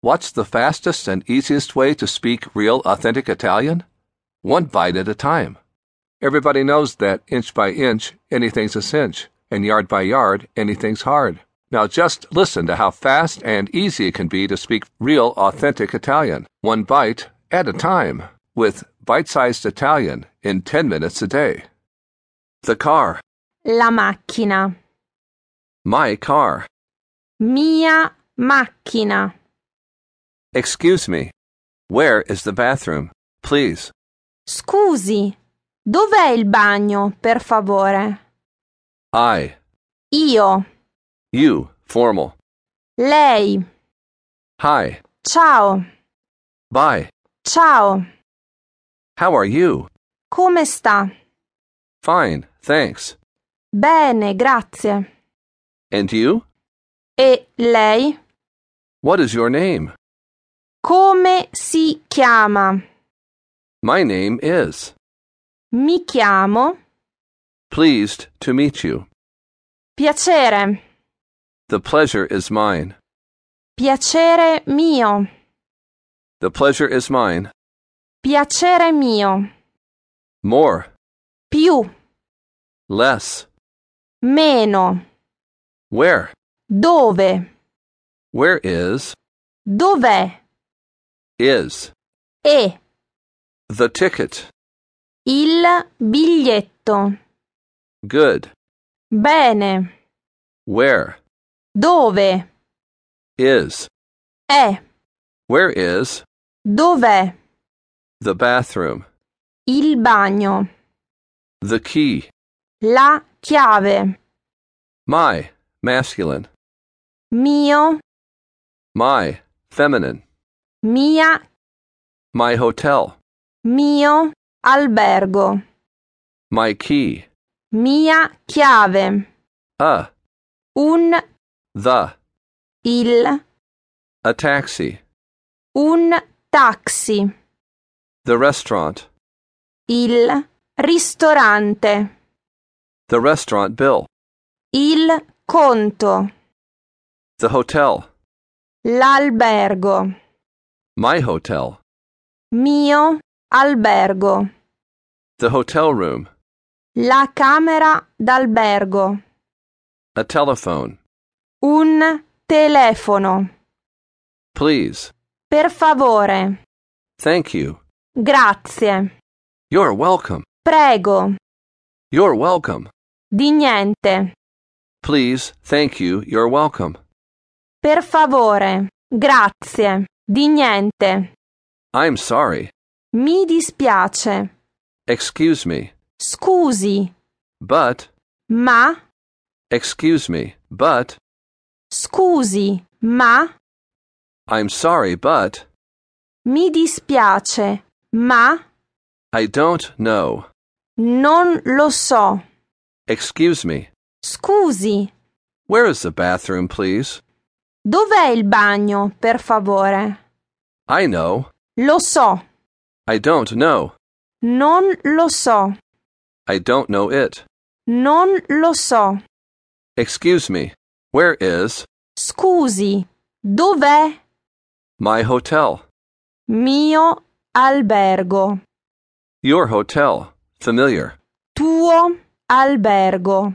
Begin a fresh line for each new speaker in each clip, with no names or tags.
What's the fastest and easiest way to speak real, authentic Italian? One bite at a time. Everybody knows that inch by inch, anything's a cinch, and yard by yard, anything's hard. Now just listen to how fast and easy it can be to speak real, authentic Italian, one bite at a time, with bite sized Italian in 10 minutes a day. The car.
La macchina.
My car.
Mia macchina.
Excuse me. Where is the bathroom? Please.
Scusi, dov'è il bagno, per favore?
I.
Io,
You. Formal.
lei.
Hi.
Ciao,
Bye.
ciao.
How are you?
Come sta?
Fine, thanks.
Bene, grazie.
And you?
E lei?
What is your name?
Come si chiama?
My name is.
Mi chiamo.
Pleased to meet you.
Piacere,
The pleasure is mine.
piacere mio,
The pleasure is mine.
piacere mio.
More.
Più,
Less.
meno,
Where?
dove,
Where is?
dov'è
Is.
e
The ticket.
il biglietto.
Good.
Bene,
Where?
dove
Is.
è,
Where is?
dov'è
The bathroom.
il bagno,
The key.
la chiave,
My. Masculine.
mio,
My. Feminine.
mia,
My hotel.
mio, albergo,
My key.
mia chiave,
Uh.
un,
The.
il,
A taxi.
un taxi,
The restaurant.
il ristorante,
The restaurant bill.
il conto,
The hotel.
l'albergo,
My hotel.
mio, albergo,
The hotel room.
la camera d'albergo.
A telephone.
Un telefono.
Please.
Per favore.
Thank you.
Grazie.
You're welcome.
Prego.
You're welcome.
Di niente.
Please. Thank you. You're welcome.
Per favore. Grazie. Di niente.
I'm sorry.
Mi dispiace.
Excuse me.
Scusi.
But.
Ma.
Excuse me. But.
Scusi. Ma.
I'm sorry, but.
Mi dispiace. Ma.
I don't know.
Non lo so.
Excuse me.
Scusi.
Where is the bathroom, please?
Dov'è il bagno, per favore?
I know.
Lo so.
I don't know.
Non lo so.
I don't know it.
Non lo so.
Excuse me. Where is
Scusi, dov'è
my hotel?
mio albergo?
Your hotel. Familiar.
Tuo albergo.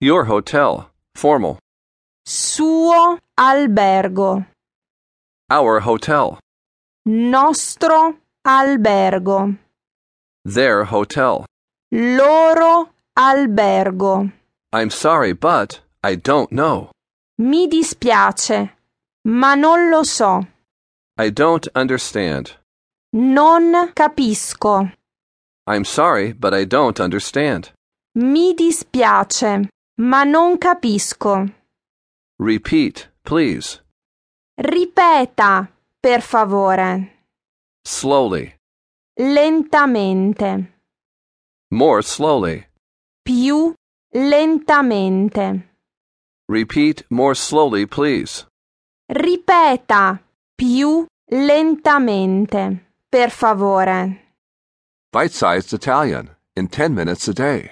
Your hotel. Formal.
Suo albergo.
Our hotel.
Nostro albergo.
Their hotel.
Loro albergo.
I'm sorry, but I don't know.
Mi dispiace, ma non lo so.
I don't understand.
Non capisco.
I'm sorry, but I don't understand.
Mi dispiace, ma non capisco.
Repeat, please.
Ripeta, per favore,
Slowly.
lentamente.
More slowly.
più lentamente.
Repeat more slowly, please.
Ripeta più lentamente, per favore.
Bite sized Italian in 10 minutes a day.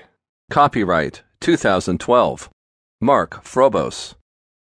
Copyright 2012. Mark Frobos.